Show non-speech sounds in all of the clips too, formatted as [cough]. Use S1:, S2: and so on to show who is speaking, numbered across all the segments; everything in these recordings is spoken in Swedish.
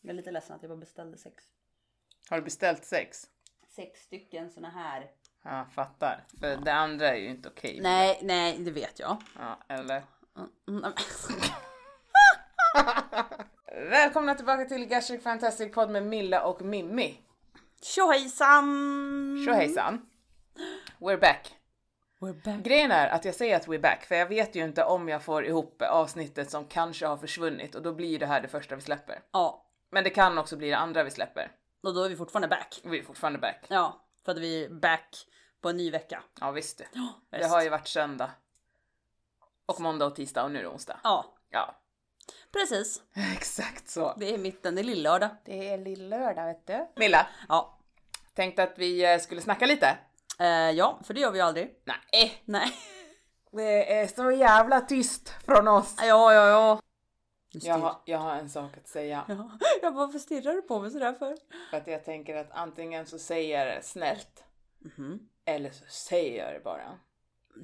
S1: Jag är lite ledsen att jag bara beställde sex.
S2: Har du beställt sex?
S1: Sex stycken såna här.
S2: Ja, fattar. För det andra är ju inte okej.
S1: Nej, nej, det vet jag.
S2: Ja, eller?
S1: Mm, mm, nej, men-
S2: Välkomna tillbaka till Gastric Fantastic Pod med Milla och Mimmi.
S1: Tjohejsan!
S2: Mm. Tjohejsan! We're back.
S1: We're back.
S2: Grejen är att jag säger att we're back för jag vet ju inte om jag får ihop avsnittet som kanske har försvunnit och då blir det här det första vi släpper.
S1: Ja,
S2: Men det kan också bli det andra vi släpper.
S1: och då är vi fortfarande back.
S2: Vi är fortfarande back.
S1: Ja, för att vi är back på en ny vecka.
S2: Ja visst du. Det
S1: visst.
S2: har ju varit söndag. Och måndag och tisdag och nu är det onsdag.
S1: Ja,
S2: Ja, [laughs]
S1: precis.
S2: exakt så.
S1: Det är mitten, det är lillördag.
S2: Det är lillördag vet du. Milla,
S1: Ja,
S2: tänkte att vi eh, skulle snacka lite.
S1: eh, ja, för det gör vi ju aldrig. Eh,
S2: Nej.
S1: Nej.
S2: Det är så jävla tyst från oss.
S1: Ja, ja, ja. Nu
S2: Jag
S1: stirr-
S2: har, jag har en sak att [laughs] säga.
S1: Ja. Jag bara, varför stirrar du på mig sådär för?
S2: För att jag tänker att antingen så säger jag det snällt eller så säger jag det bara.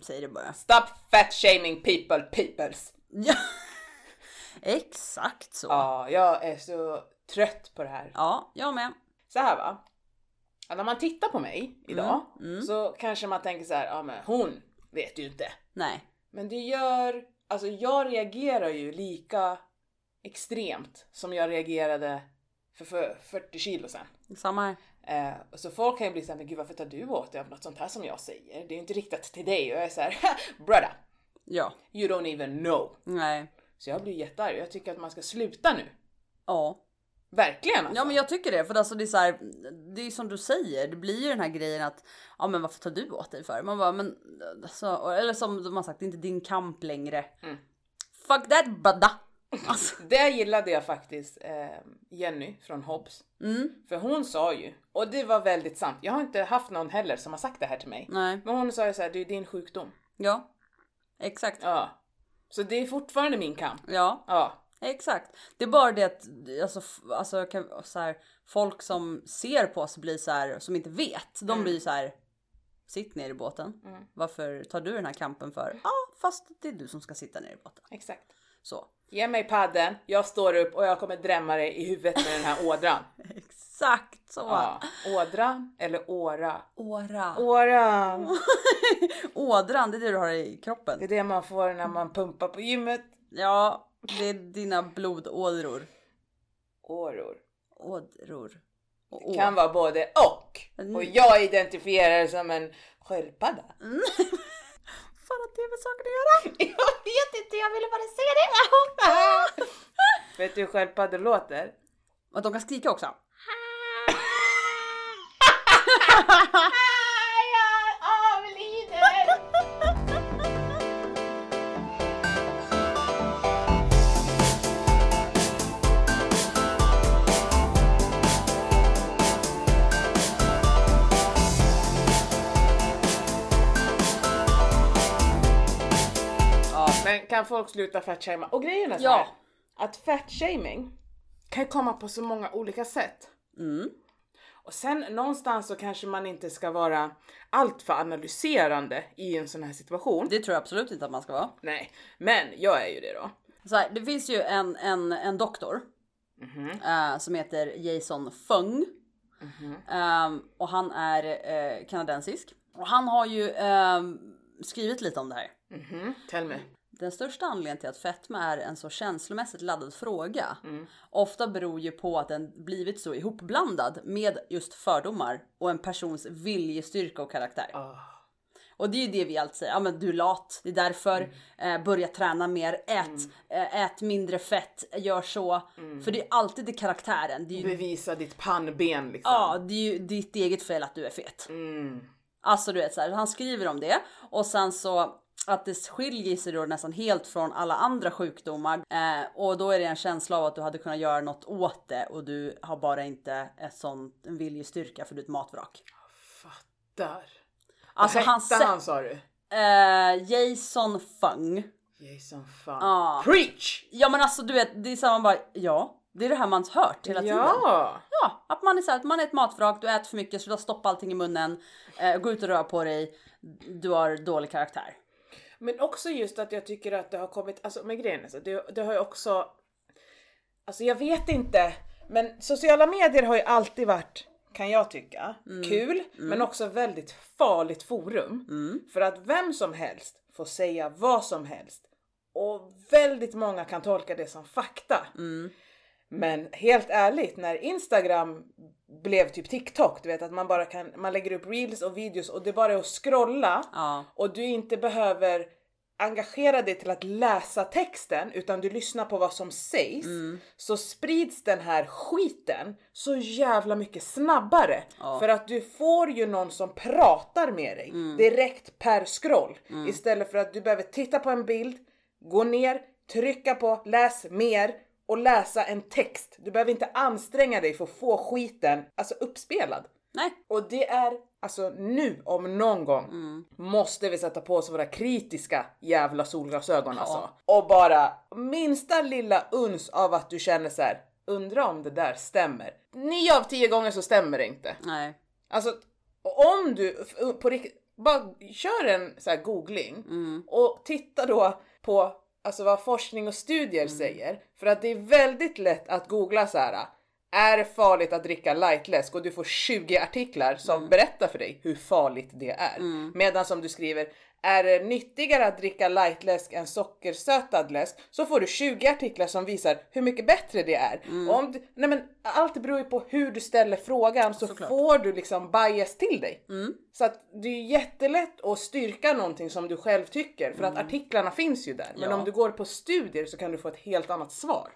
S1: Säg det bara.
S2: Stop fat shaming people peoples.
S1: Ja. Exakt så. Ja.
S2: Ja, jag är så trött på det här.
S1: ja, jag med.
S2: Så här va. Ja, när man tittar på mig idag så kanske man tänker så här, ja men hon vet ju inte.
S1: Nej.
S2: Men det gör, alltså jag reagerar ju lika extremt som jag reagerade för, för 40 kilo sedan.
S1: Samma här.
S2: Eh, och så folk kan ju bli såhär, men gud varför tar du åt dig av något sånt här som jag säger? Det är ju inte riktat till dig. Och jag är såhär, brother,
S1: Ja.
S2: you don't even know.
S1: Nej.
S2: Så jag blir jättearg jag tycker att man ska sluta nu.
S1: Ja.
S2: Verkligen alltså.
S1: Ja men jag tycker det för alltså det är så här, det är som du säger, det blir ju den här grejen att ja men varför tar du åt dig för? Man bara men alltså, eller som de har sagt, det är inte din kamp längre. Fuck that badda! Alltså, [laughs]
S2: Det gillade jag faktiskt eh, Jenny från Hobbs.
S1: Mm.
S2: För hon sa ju, och det var väldigt sant, jag har inte haft någon heller som har sagt det här till mig.
S1: nej.
S2: Men hon sa ju såhär, det är din sjukdom.
S1: Ja. Exakt.
S2: Ja. Så det är fortfarande min kamp.
S1: Ja.
S2: Ja.
S1: Exakt. Det är bara det att alltså, f- alltså, jag kan, så här, folk som ser på oss blir så här, som inte vet, de blir så här. Sitt ner i båten. Varför tar du den här kampen för? Ja, fast det är du som ska sitta ner i båten.
S2: Exakt.
S1: Så.
S2: Ge mig padden, jag står upp och jag kommer drämma dig i huvudet med den här [laughs] ådran.
S1: [laughs] Exakt så.
S2: Ja. Ådran eller åra?
S1: Åra.
S2: Åran!
S1: Ådran, det är det du har i kroppen.
S2: Det är det man får när man pumpar på gymmet.
S1: Ja, det är dina blodådror.
S2: Åror.
S1: Ådror. Och
S2: Det
S1: å.
S2: kan vara både och. Och jag identifierar som en sköldpadda.
S1: Fan att det är väl saker att göra?
S2: [laughs] Jag vet inte, jag ville bara säga det! [laughs] vet du hur sköldpaddor låter?
S1: Och de kan skrika också.
S2: jag avlider!
S1: Ja.
S2: Men kan folk sluta fatshama? Och grejen är så
S1: Ja.
S2: här, att fatshaming kan ju komma på så många olika sätt.
S1: Mm.
S2: Och sen någonstans så kanske man inte ska vara alltför analyserande i en sån här situation.
S1: Det tror jag absolut inte att man ska vara.
S2: Nej, men jag är ju det då.
S1: Så här, det finns ju en, en, en doktor eh, som heter Jason Fung. Ehm, och han är eh, kanadensisk. Och han har ju ehm, skrivit lite om det här.
S2: Tell me.
S1: Den största anledningen till att fetma är en så känslomässigt laddad fråga ofta beror ju på att den blivit så ihopblandad med just fördomar och en persons viljestyrka och karaktär.
S2: Ah.
S1: Och det är ju det vi alltid säger, ja men du är lat, det är därför, eh, börja träna mer, ät, eh, ät mindre fett, gör så. För det är alltid det karaktären, det är ju,
S2: Bevisa ditt pannben liksom.
S1: ja, det är ju ditt eget fel att du är fet. Alltså du vet så här, han skriver om det och sen så att det skiljer sig då nästan helt från alla andra sjukdomar eh, och då är det en känsla av att du hade kunnat göra något åt det och du har bara inte ett sånt, en viljestyrka för du är ett matvrak.
S2: Fattar.
S1: Alltså
S2: Vad
S1: han,
S2: hette
S1: sä-
S2: han sa du?
S1: eh, Jason Fung.
S2: Jason fan.
S1: Ja.
S2: Preach!
S1: Ja men alltså du vet, det är samma bara, ja. Det är det här man hört hela tiden.
S2: Ja!
S1: Ja, att man är så här, att man är ett matvrak, du äter för mycket, sluta stoppa allting i munnen, eh, gå ut och rör på dig, du har dålig karaktär.
S2: Men också just att jag tycker att det har kommit, alltså med grejen är så, det, det har ju också, alltså jag vet inte Men sociala medier har ju alltid varit, kan jag tycka, kul men också väldigt farligt forum. För att vem som helst får säga vad som helst och väldigt många kan tolka det som fakta. Men helt ärligt, när Instagram blev typ TikTok, du vet att man bara kan, man lägger upp reels och videos och det bara är att scrolla
S1: Ja.
S2: och du inte behöver engagera dig till att läsa texten utan du lyssnar på vad som sägs så sprids den här skiten så jävla mycket snabbare för att du får ju någon som pratar med dig direkt per scroll istället för att du behöver titta på en bild, gå ner, trycka på läs mer och läsa en text. Du behöver inte anstränga dig för att få skiten alltså uppspelad.
S1: Nej.
S2: Och det är alltså nu om någon gång måste vi sätta på oss våra kritiska jävla solglasögon alltså. Och bara minsta lilla uns av att du känner så här. undra om det där stämmer. Nio av tio gånger så stämmer det inte.
S1: Nej.
S2: Alltså om du f- på riktigt, bara kör en så här googling och titta då på alltså vad forskning och studier säger. För att det är väldigt lätt att googla så här. Är det farligt att dricka lightläsk? Och du får 20 artiklar som berättar för dig hur farligt det är. Medan som du skriver, är det nyttigare att dricka lightläsk än sockersötad läsk? Så får du 20 artiklar som visar hur mycket bättre det är.
S1: Mm.
S2: Och om du, nej men, allt beror ju på hur du ställer frågan så
S1: Såklart. Mm.
S2: får du liksom bias till dig. Så att det är jättelätt att styrka någonting som du själv tycker för att artiklarna finns ju där. Men
S1: Mm. Ja.
S2: om du går på studier så kan du få ett helt
S1: [laughs]
S2: annat svar.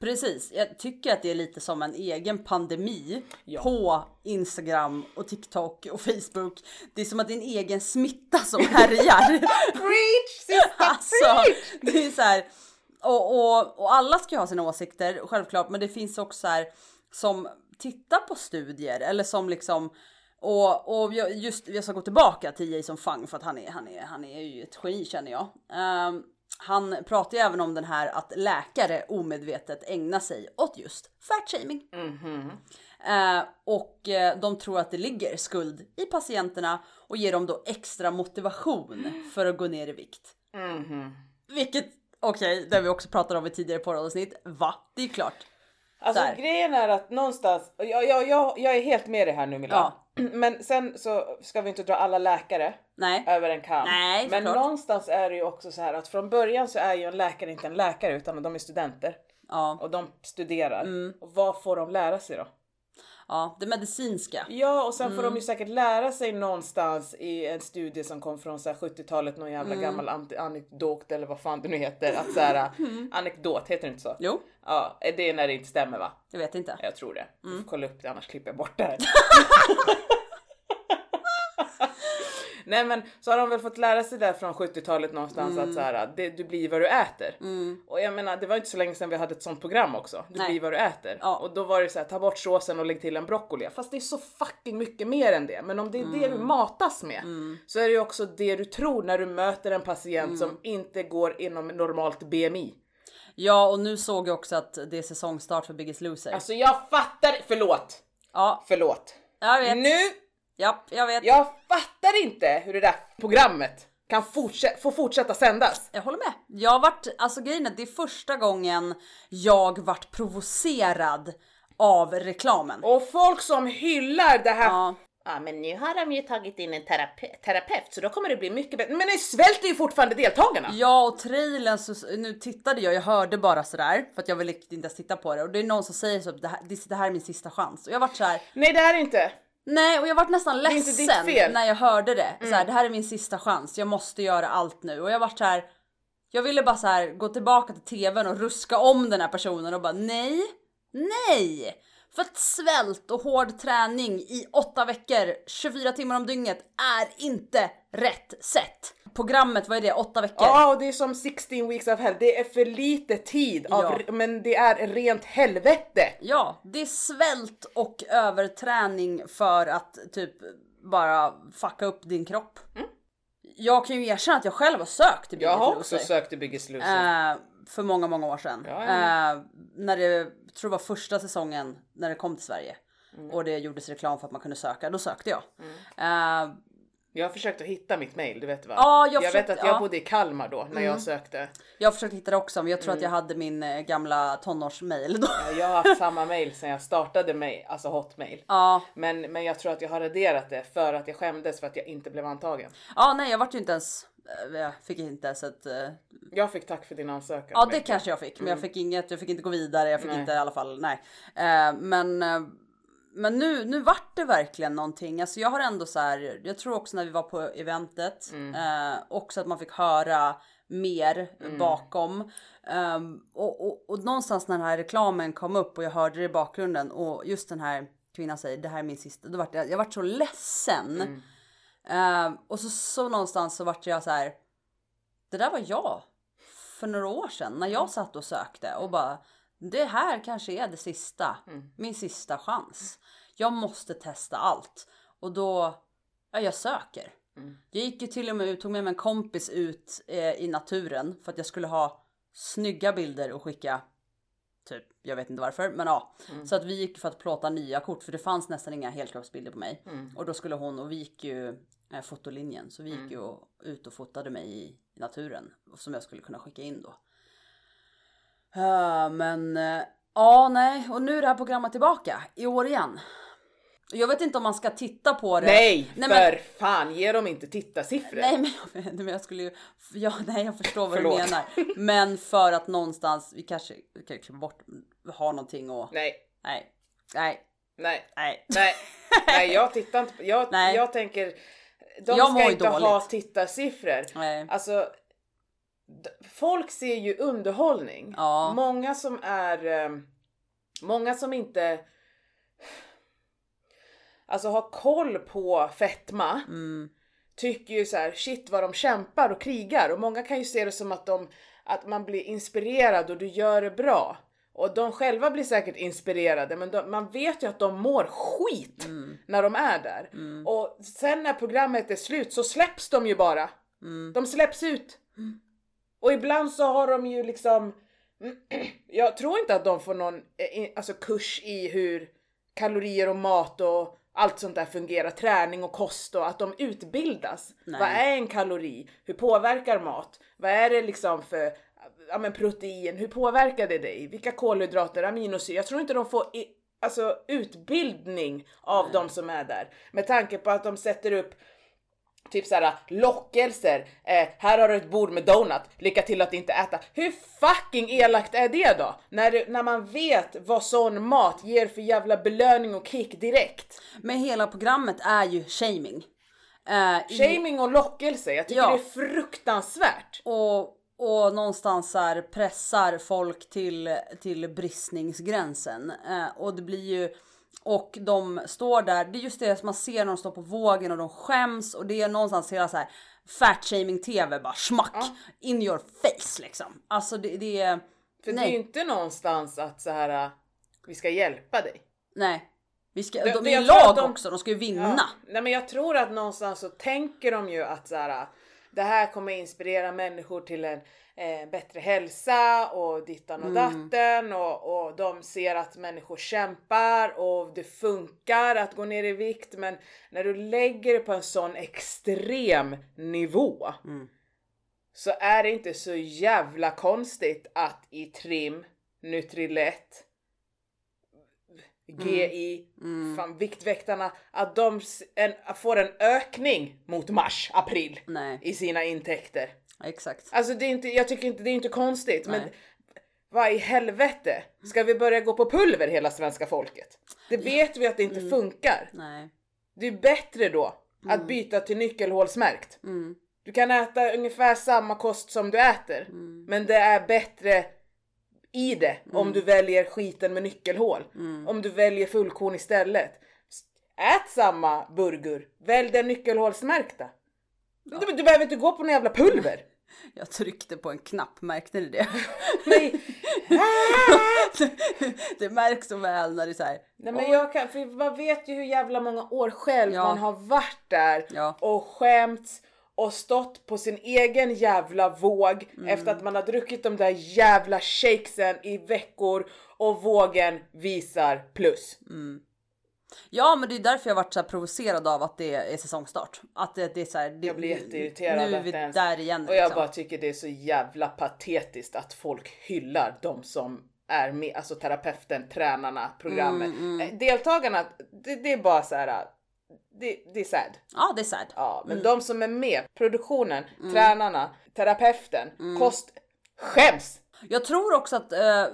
S1: Precis, jag tycker att det är lite som en egen pandemi
S2: Ja.
S1: på Instagram och TikTok och Facebook. Det är som att det är en egen smitta som härjar.
S2: Preach! Sista
S1: alltså,
S2: preach!
S1: det är så här, och, och, och alla ska ju ha sina åsikter självklart men det finns också så här som tittar på studier eller som liksom och, och jag, just, jag ska gå tillbaka till Jason Fung för att han är, han är, han är ju ett geni känner jag. Ehm, han pratar ju även om den här att läkare omedvetet ägnar sig åt just fatshaming. Eh, och eh, de tror att det ligger skuld i patienterna och ger dem då extra motivation för att gå ner i vikt. Vilket, okej, det vi också pratade om i tidigare poddavsnitt. Va? Det är klart.
S2: Alltså
S1: Där.
S2: grejen är att någonstans, och jag, jag, jag, jag är helt med dig här nu Milan. [clears throat] Men sen så ska vi inte dra alla läkare
S1: Nej.
S2: över en kam.
S1: Nej,
S2: Men
S1: såklart.
S2: någonstans är det ju också så här att från början så är ju en läkare inte en läkare utan de är studenter.
S1: Ja,
S2: Och de studerar.
S1: Mm.
S2: Och vad får de lära sig då?
S1: ja, det medicinska.
S2: Ja och sen får
S1: Mm.
S2: de ju säkert lära sig någonstans i en studie som kom från så här 70-talet, någon
S1: Mm.
S2: jävla gammal ante- anekdot eller vad fan det nu heter. Att
S1: [laughs]
S2: så här,
S1: Mm.
S2: Anekdot, heter det inte så?
S1: Jo,
S2: Ja, det är när det inte stämmer va?
S1: jag vet inte.
S2: Jag tror det.
S1: Mm.
S2: Du får kolla upp det annars klipper jag bort det
S1: [laughs]
S2: här. Nej men så har de väl fått lära sig där från 70-talet någonstans
S1: Mm.
S2: att så här, det, du blir vad du äter. Och jag menar det var inte så länge sedan vi hade ett sånt program också. Du
S1: Nej.
S2: blir vad du äter.
S1: Ja.
S2: Och då var det så här, ta bort såsen och lägg till en broccoli. Fast det är så fucking mycket mer än det. Men om det är det
S1: Mm.
S2: du matas med så är det ju också det du tror när du möter en patient
S1: Mm.
S2: som inte går inom normalt BMI.
S1: Ja, och nu såg jag också att det är säsongstart för Biggest Loser.
S2: Alltså jag fattar, förlåt,
S1: ja,
S2: förlåt.
S1: jag vet.
S2: Nu
S1: Ja, jag vet.
S2: Jag fattar inte hur det där programmet kan fortsä- få fortsätta sändas.
S1: Jag håller med. Jag vart, alltså grejen är att det är första gången jag vart provocerad av reklamen.
S2: Och folk som hyllar det här...
S1: Ja.
S2: Ja, men nu har de ju tagit in en terape- terapeut så då kommer det bli mycket bättre. Men ni svälter ju fortfarande deltagarna!
S1: Ja och trailern, så, nu tittade jag, jag hörde bara sådär för att jag ville inte ens titta på det och det är någon som säger så det här, det, det här är min sista chans och jag vart såhär,
S2: Nej det är det inte.
S1: nej och jag vart nästan
S2: är inte ditt
S1: ledsen
S2: fel. Mm.
S1: när jag hörde det. Såhär, det här är min sista chans, jag måste göra allt nu och jag vart såhär, jag ville bara så här gå tillbaka till tvn och ruska om den här personen och bara nej, nej! För att svält och hård träning i åtta veckor, 24 timmar om dygnet är inte rätt sätt. Programmet, vad är det? Åtta veckor?
S2: Ja och det är som 16 weeks of hell, det är för lite tid av,
S1: Ja.
S2: men det är rent helvete!
S1: Ja, det är svält och överträning för att typ bara fucka upp din kropp. Jag kan ju erkänna att jag själv har sökt till
S2: Mm. Jag
S1: Biggest
S2: har
S1: Loser.
S2: också sökt till Biggest Loser.
S1: Eh, för många, många år sedan.
S2: Ja,
S1: Eh, när det, tror det var första säsongen
S2: Mm.
S1: när det kom till Sverige. Och det gjordes reklam för att man kunde söka, då sökte jag. Eh,
S2: Jag har försökt att hitta mitt mail, du vet va?
S1: Ja, jag
S2: vet
S1: försökte-
S2: att jag Mm.
S1: ja.
S2: bodde i Kalmar då när jag sökte.
S1: Jag försökte hitta det också men jag tror att jag hade min eh, gamla tonårsmail då.
S2: Mm. Ja, Jag har haft samma mail sedan jag startade mig, alltså hotmail.
S1: Ja,
S2: Men, men jag tror att jag har raderat det för att jag skämdes för att jag inte blev antagen.
S1: [laughs] ja nej jag vart ju inte ens, eh, jag fick inte ens ett, eh,
S2: Jag fick tack för din ansökan.
S1: ja det
S2: men-
S1: kanske jag fick men jag fick inget, jag fick inte gå vidare, jag fick
S2: Nej.
S1: inte i alla fall, nej. Eh, men eh, men nu, nu vart det verkligen någonting. Alltså jag har ändå så här, jag tror också när vi var på eventet, eh, också att man fick höra mer bakom. Ehm, och, och, och någonstans när den här reklamen kom upp och jag hörde det i bakgrunden och just den här kvinnan säger det här är min sista, då vart jag, jag vart så ledsen. Ehm, och så, så någonstans så vart jag så här, det där var jag för några år sedan när jag satt och sökte och bara det här kanske är det sista, min sista chans. Jag måste testa allt och då, ja jag söker. Jag gick ju till och med ut, tog med mig en kompis ut eh, i naturen för att jag skulle ha snygga bilder och skicka Typ, jag vet inte varför, men ja. Så att vi gick för att plåta nya kort för det fanns nästan inga helkroppsbilder på mig. Och då skulle hon, och vi gick ju eh, fotolinjen, så vi gick ju och- ut och fotade mig i i naturen. Som jag skulle kunna skicka in då. Eh, men eh, ja, nej, och nu är det här programmet tillbaka i år igen. Jag vet inte om man ska titta på det.
S2: Nej,
S1: nej
S2: för
S1: men,
S2: fan ge dem inte tittarsiffror.
S1: Nej men, jag- nej, men jag skulle ju, ja, nej jag förstår vad
S2: Förlåt.
S1: du menar. Men för att någonstans, vi kanske vi kan ju klippa bort, ha någonting och,
S2: nej,
S1: nej, nej,
S2: nej,
S1: nej.
S2: nej, nej jag tittar inte på, jag,
S1: Nej.
S2: jag tänker, de
S1: Jag
S2: ska
S1: mår
S2: inte
S1: dåligt.
S2: ha tittarsiffror.
S1: Nej.
S2: Alltså, d- folk ser ju underhållning.
S1: Ja.
S2: Många som är, eh, många som inte Alltså har koll på fetma tycker ju så här: shit vad de kämpar och krigar och många kan ju se det som att, de, att man blir inspirerad och du gör det bra. Och de själva blir säkert inspirerade men de, man vet ju att de mår skit när de är där. Och sen när programmet är slut så släpps de ju bara. De släpps ut. Och ibland så har de ju liksom, [clears throat] jag tror inte att de får någon eh, in- alltså, kurs i hur kalorier och mat och allt sånt där fungerar, träning och kost och att de utbildas. Vad är en kalori? Hur påverkar mat? Vad är det liksom för ja, men protein? Hur påverkar det dig? Vilka kolhydrater, aminosyror? Jag tror inte de får i, alltså, utbildning av de som är där. Med tanke på att de sätter upp Typ såhär lockelser, eh, här har du ett bord med donut, lycka till att inte äta. Hur fucking elakt är det då? När, du, när man vet vad sån mat ger för jävla belöning och kick direkt.
S1: Men hela programmet är ju shaming. Eh, i-
S2: Shaming och lockelse, jag tycker
S1: Ja.
S2: det är fruktansvärt.
S1: och, och någonstans så här pressar folk till, till bristningsgränsen. Eh, och det blir ju och de står där, det är just det som man ser när de står på vågen och de skäms och det är någonstans hela så här fat shaming tv bara smack in your face liksom. Alltså det, det är...
S2: För det är
S1: nej,
S2: ju inte någonstans att så här eh, vi ska hjälpa dig.
S1: nej. Vi ska,
S2: Det-
S1: de
S2: det-
S1: är
S2: jag
S1: ju
S2: tror
S1: lag
S2: att de-
S1: också, de ska ju vinna.
S2: Ja. Nej men jag tror att någonstans så tänker de ju att så här, det här kommer inspirera människor till en eh, bättre hälsa och dittan och datten och, och de ser att människor kämpar och det funkar att gå ner i vikt men när du lägger det på en sån extrem nivå så är det inte så jävla konstigt att i trim, Nutrilett, GI, fan, Viktväktarna, att de s- en, får en ökning mot mars, april
S1: Nej.
S2: i sina intäkter.
S1: Exakt.
S2: Alltså det är inte, jag tycker inte det är inte konstigt men
S1: Nej.
S2: vad i helvete? Ska vi börja gå på pulver hela svenska folket? Det vet vi att det inte funkar.
S1: Nej.
S2: Det är bättre då att byta till nyckelhålsmärkt. Du kan äta ungefär samma kost som du äter, men det är bättre i det om du väljer skiten med nyckelhål. Om du väljer fullkorn istället. S- Ät samma burger, välj den nyckelhålsmärkta. Du, du behöver inte gå på någon jävla pulver.
S1: Jag tryckte på en knapp, märkte ni det?
S2: [laughs]
S1: [laughs]
S2: Nej,
S1: det märks så väl när det är så här.
S2: Nej men jag kan, för man vet ju hur jävla många år själv
S1: Ja.
S2: man har varit där
S1: Ja.
S2: och skämts och stått på sin egen jävla våg
S1: Mm.
S2: efter att man har druckit de där jävla shakesen i veckor och vågen visar plus.
S1: Ja, men det är därför jag varit så här provocerad av att det är säsongstart. Att det, det är så här, det,
S2: Jag blir jätteirriterad
S1: Nu är
S2: att
S1: vi
S2: det ens-
S1: där igen.
S2: Och jag
S1: liksom.
S2: bara tycker det är så jävla patetiskt att folk hyllar de som är med, alltså terapeuten, tränarna, programmet.
S1: Mm,
S2: Eh, Deltagarna, det, det är bara så här. Det, det är sad.
S1: Ja, det är sad.
S2: Ja, men de som är med, produktionen,
S1: Mm.
S2: tränarna, terapeuten, kost, skäms!
S1: Jag tror också att eh,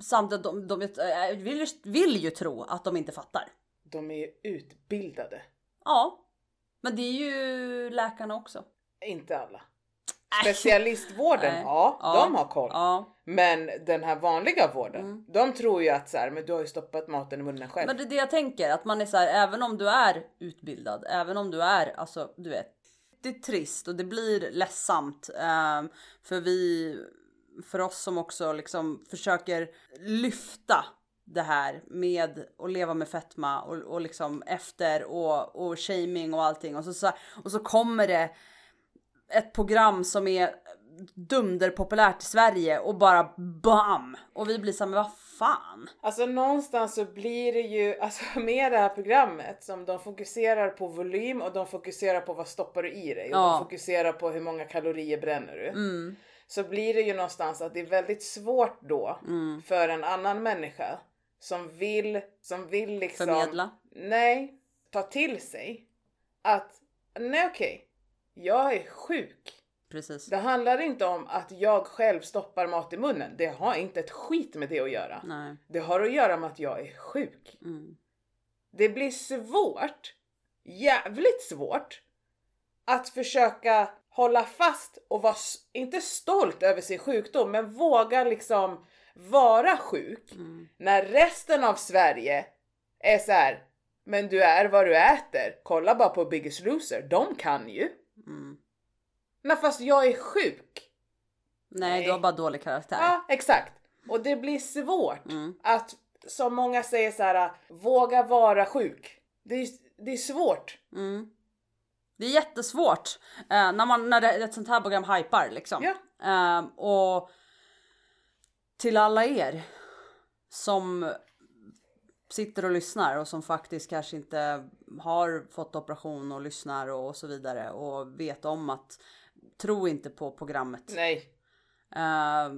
S1: samtidigt, de, de, eh, vill, ju- vill ju tro att de inte fattar.
S2: De är ju utbildade.
S1: Ja, men det är ju läkarna också.
S2: Inte alla.
S1: Äh.
S2: Specialistvården,
S1: Nej.
S2: ja,
S1: Ja.
S2: de har koll.
S1: Eh, Ja, Mm.
S2: Men den här vanliga vården, de tror ju att så här, men du har ju stoppat maten i munnen själv.
S1: men det är det jag tänker att man är så här, även om du är utbildad, även om du är alltså, du vet. Det är trist och det blir ledsamt ehm, för vi, för oss som också liksom försöker lyfta det här med att leva med fetma och, och liksom efter och, och shaming och allting och så, så, och så kommer det ett program som är dunderpopulärt i Sverige och bara BAM! Och vi blir såhär, men vad fan?
S2: Alltså någonstans så blir det ju, alltså [laughs] med det här programmet som de fokuserar på volym och de fokuserar på vad stoppar du i dig och
S1: Ja. Mm.
S2: de fokuserar på hur många kalorier bränner du. Så blir det ju någonstans att det är väldigt svårt då
S1: Mm.
S2: för en annan människa som vill, som vill liksom...
S1: Förmedla.
S2: Nej, ta till sig att nej okej, jag är sjuk.
S1: Precis.
S2: Det handlar inte om att jag själv stoppar mat i munnen. Det har inte ett skit med det att göra.
S1: Nej.
S2: Det har att göra med att jag är sjuk.
S1: Mm.
S2: Det blir svårt, jävligt svårt, att försöka hålla fast och vara, s- inte stolt över sin sjukdom, men våga liksom vara sjuk
S1: Mm.
S2: när resten av Sverige är så här. men du är vad du äter. Kolla bara på Biggest Loser, de kan ju.
S1: Mm.
S2: Nej, fast jag är sjuk.
S1: Nej,
S2: Nej.
S1: du har bara dålig karaktär.
S2: Ja, exakt. Och det blir svårt
S1: Mm.
S2: att, som många säger så här, våga vara sjuk. Det är, det är svårt.
S1: Det är jättesvårt eh, när, man, när det, ett sånt här program hypar liksom.
S2: Ja.
S1: Eh, och till alla er som sitter och lyssnar och som faktiskt kanske inte har fått operation och lyssnar och, och så vidare och vet om att tro inte på programmet.
S2: Nej,
S1: Eh,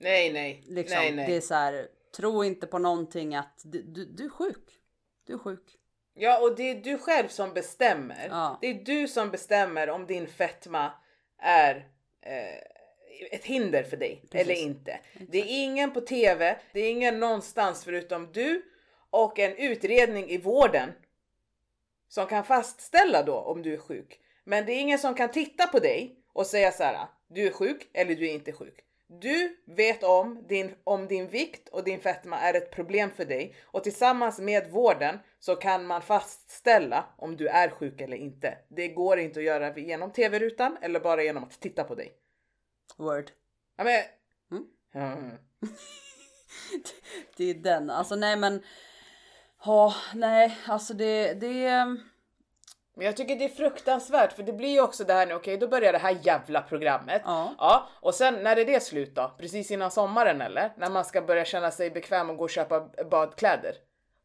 S2: nej, nej,
S1: liksom,
S2: nej, nej.
S1: Det är så här, tro inte på någonting att du, du, du är sjuk. Du är sjuk.
S2: Ja, och det är du själv som bestämmer.
S1: Ja.
S2: Det är du som bestämmer om din fetma är eh, ett hinder för dig eller inte. Det är ingen på TV, det är ingen någonstans förutom du och en utredning i vården som kan fastställa då om du är sjuk. Men det är ingen som kan titta på dig och säga så här, du är sjuk eller du är inte sjuk. Du vet om din, om din vikt och din fetma är ett problem för dig och tillsammans med vården så kan man fastställa om du är sjuk eller inte. Det går inte att göra genom tv-rutan eller bara genom att titta på dig.
S1: Word.
S2: Ja, men...
S1: Mm.
S2: Mm.
S1: Det är den. Alltså nej men. Ja, nej alltså det, det är.
S2: Men jag tycker det är fruktansvärt för det blir ju också det här nu, okej då börjar det här jävla programmet.
S1: Ja.
S2: och sen när är det slut då? Precis innan sommaren eller? När man ska börja känna sig bekväm och gå och köpa badkläder.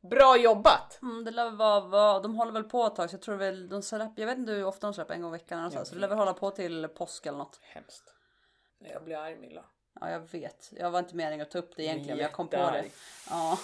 S2: Bra jobbat!
S1: Mm, det lär vara, vara, de håller väl på ett tag så jag tror väl de släpper, jag vet inte hur ofta de släpper, en gång i veckan eller så, så det lär väl hålla på till påsk eller något.
S2: Hemskt. Jag blir arg Milla.
S1: Ja jag vet, jag var inte meningen att ta upp det egentligen,
S2: jag
S1: jag kom på
S2: vet,
S1: det.
S2: arg.
S1: Ja.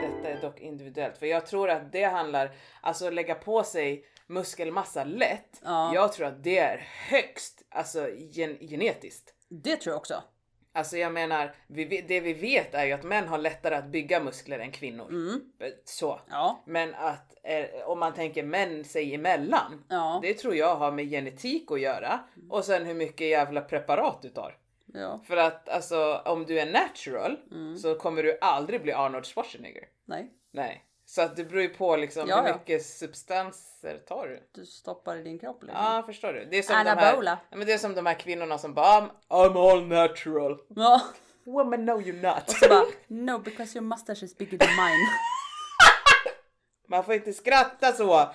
S2: Detta är dock individuellt för jag tror att det handlar, alltså lägga på sig muskelmassa lätt.
S1: Ja.
S2: Jag tror att det är högst, alltså gen- genetiskt.
S1: Det tror jag också.
S2: Alltså jag menar, vi, vet- det vi vet är ju att män har lättare att bygga muskler än kvinnor. Eh, Så.
S1: Mm. Ja.
S2: Men att eh, om man tänker män sig emellan,
S1: Ja. Mm.
S2: det tror jag har med genetik att göra. Och sen hur mycket jävla preparat du tar.
S1: Ja,
S2: För att alltså om du är natural
S1: Mm.
S2: så kommer du aldrig bli Arnold Schwarzenegger.
S1: nej.
S2: Nej. Så att det beror ju på liksom
S1: Ja,
S2: hur
S1: ja.
S2: mycket substanser tar du.
S1: Du stoppar i din kropp liksom.
S2: Ja, förstår du? Det är som, de
S1: Anabola.
S2: här, Ja, men det är som de här kvinnorna som bara I'm, I'm all natural.
S1: Ja.
S2: Woman no you're not.
S1: Så bara, no because your mustache is bigger than mine.
S2: Man får inte skratta så.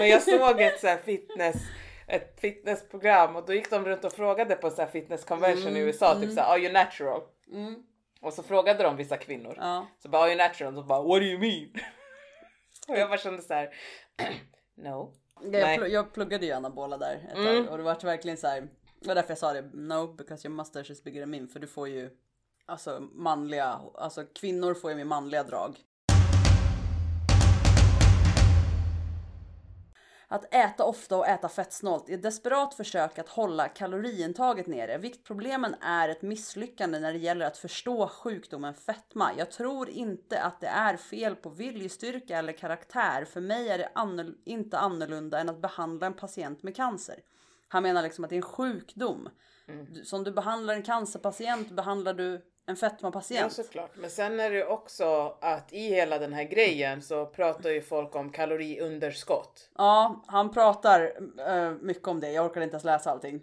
S2: Men jag såg ett så här fitness ett fitnessprogram och då gick de runt och frågade på en så här fitness convention i USA typ såhär “Are you natural?” Och så frågade de vissa kvinnor.
S1: Ja.
S2: Så bara “Are you natural?” och de bara “What do you mean?” [laughs] Och jag bara kände så här. [clears throat] “No”.
S1: Jag,
S2: Nej.
S1: pl- jag pluggade ju anabola där ett tag och det var verkligen så här. Det var därför jag sa det. No, because your mustache is bigger than mine. För du får ju alltså manliga, alltså kvinnor får ju mer manliga drag. Att äta ofta och äta fettsnålt är ett desperat försök att hålla kaloriintaget nere. Viktproblemen är ett misslyckande när det gäller att förstå sjukdomen fetma. Jag tror inte att det är fel på viljestyrka eller karaktär. För mig är det annor- inte annorlunda än att behandla en patient med cancer. Han menar liksom att det är en sjukdom. Du- Som du behandlar en cancerpatient behandlar du en
S2: Ja
S1: fetmapatient.
S2: såklart. Men sen är det ju också att i hela den här grejen så pratar ju folk om kaloriunderskott.
S1: Ja, han pratar eh, mycket om det. Jag orkar inte ens läsa allting.